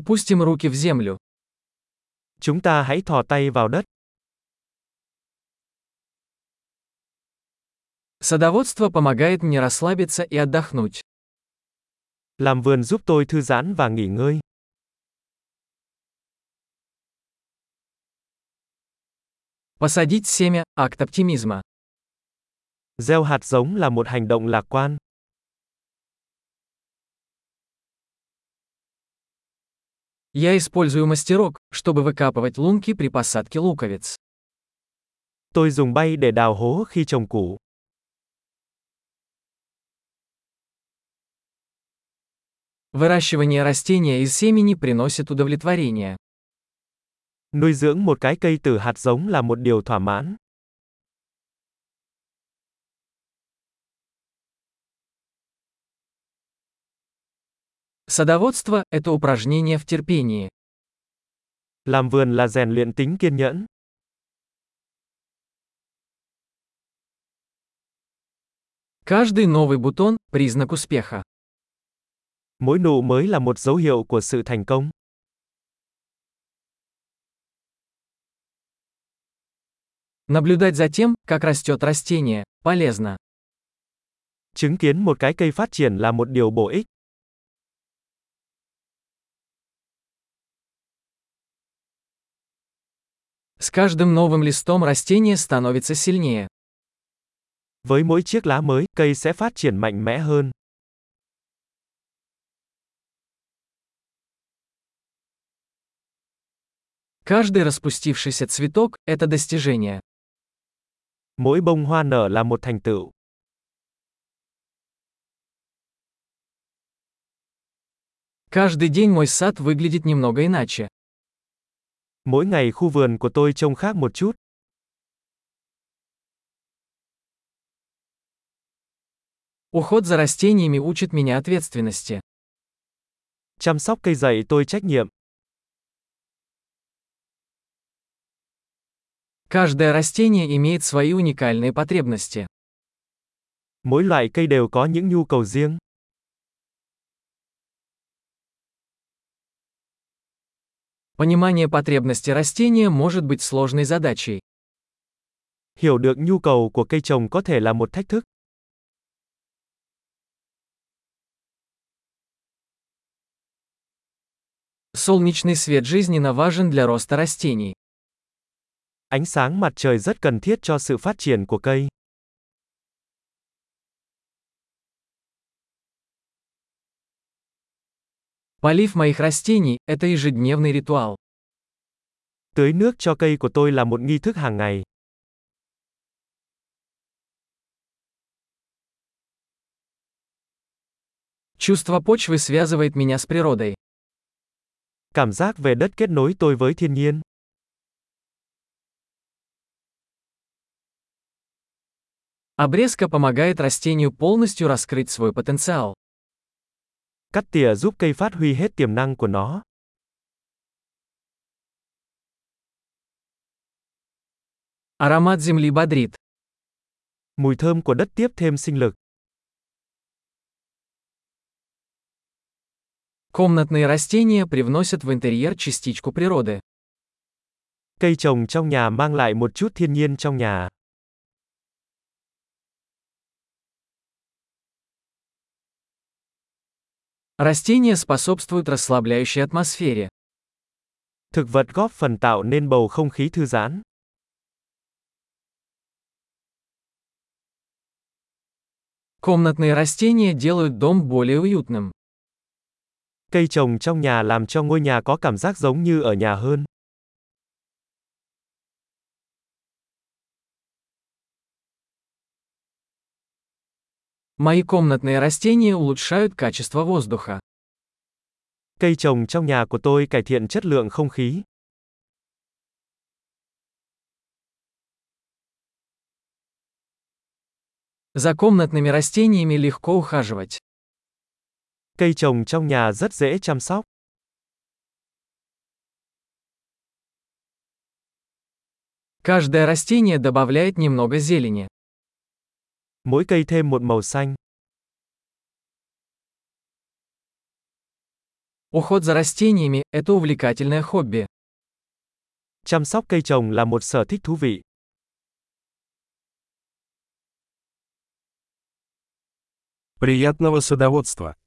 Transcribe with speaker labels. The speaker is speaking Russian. Speaker 1: Опустим руки в землю.
Speaker 2: Chúng ta hãy thò tay vào đất.
Speaker 1: Садоводство помогает мне расслабиться и отдохнуть.
Speaker 2: Làm vườn giúp tôi thư giãn và nghỉ ngơi.
Speaker 1: Посадить семя – акт оптимизма.
Speaker 2: Gieo hạt giống là một hành động lạc quan.
Speaker 1: Я использую мастерок, чтобы выкапывать лунки при посадке луковиц.
Speaker 2: Tôi dùng bay để đào hố khi trồng củ.
Speaker 1: Выращивание растения из семени приносит удовлетворение.
Speaker 2: Nuôi dưỡng một cái cây từ hạt giống là một điều thỏa mãn.
Speaker 1: Садоводство – это упражнение в терпении.
Speaker 2: Làm vườn là rèn luyện tính kiên nhẫn.
Speaker 1: Каждый новый бутон – признак успеха.
Speaker 2: Mỗi nụ mới là một dấu hiệu của sự thành công.
Speaker 1: Наблюдать за тем, как растет растение, полезно.
Speaker 2: Chứng kiến một cái cây phát triển là một điều bổ ích.
Speaker 1: С каждым новым листом растение становится сильнее.
Speaker 2: Với mỗi chiếc lá mới, cây sẽ phát triển mạnh mẽ hơn.
Speaker 1: Каждый распустившийся цветок – это достижение.
Speaker 2: Mỗi bông hoa nở là một thành tựu.
Speaker 1: Каждый день мой сад выглядит немного иначе.
Speaker 2: Mỗi ngày khu vườn của tôi trông khác một chút.
Speaker 1: Уход за растениями учит меня ответственности.
Speaker 2: Chăm sóc cây dạy tôi trách nhiệm.
Speaker 1: Каждое растение имеет свои уникальные потребности.
Speaker 2: Mỗi loại cây đều có những nhu cầu riêng.
Speaker 1: Понимание потребности растения может быть сложной задачей.
Speaker 2: Hiểu được nhu cầu của cây trồng có thể là một thách thức.
Speaker 1: Солнечный свет жизненно важен для роста растений.
Speaker 2: Ánh sáng mặt trời rất cần thiết cho sự phát triển của cây.
Speaker 1: Полив моих растений – это ежедневный ритуал.
Speaker 2: Tưới nước cho cây của tôi là một nghi thức hàng ngày.
Speaker 1: Чувство почвы связывает меня с природой.
Speaker 2: Cảm giác về đất kết nối tôi với thiên nhiên.
Speaker 1: Обрезка помогает растению полностью раскрыть свой потенциал.
Speaker 2: Cắt tỉa giúp cây phát huy hết tiềm năng của nó.
Speaker 1: Аромат земли бодрит.
Speaker 2: Mùi thơm của đất tiếp thêm sinh lực.
Speaker 1: Комнатные растения привносят в интерьер частичку природы.
Speaker 2: Cây trồng trong nhà mang lại một chút thiên nhiên trong nhà.
Speaker 1: Растения способствуют расслабляющей атмосфере.
Speaker 2: Thực vật góp phần tạo nên bầu không khí thư giãn.
Speaker 1: Комнатные растения делают дом более уютным.
Speaker 2: Cây trồng trong nhà làm cho ngôi nhà có cảm giác giống như ở nhà hơn.
Speaker 1: Мои комнатные растения улучшают качество воздуха.
Speaker 2: Cây trồng trong nhà của tôi cải thiện chất lượng không khí.
Speaker 1: За комнатными растениями легко ухаживать.
Speaker 2: Cây trồng trong nhà rất dễ chăm sóc.
Speaker 1: Каждое растение добавляет немного зелени.
Speaker 2: Mỗi cây thêm một màu xanh.
Speaker 1: Уход за растениями – это увлекательное хобби.
Speaker 2: Chăm sóc cây trồng là một sở thích thú vị.
Speaker 3: Приятного садоводства!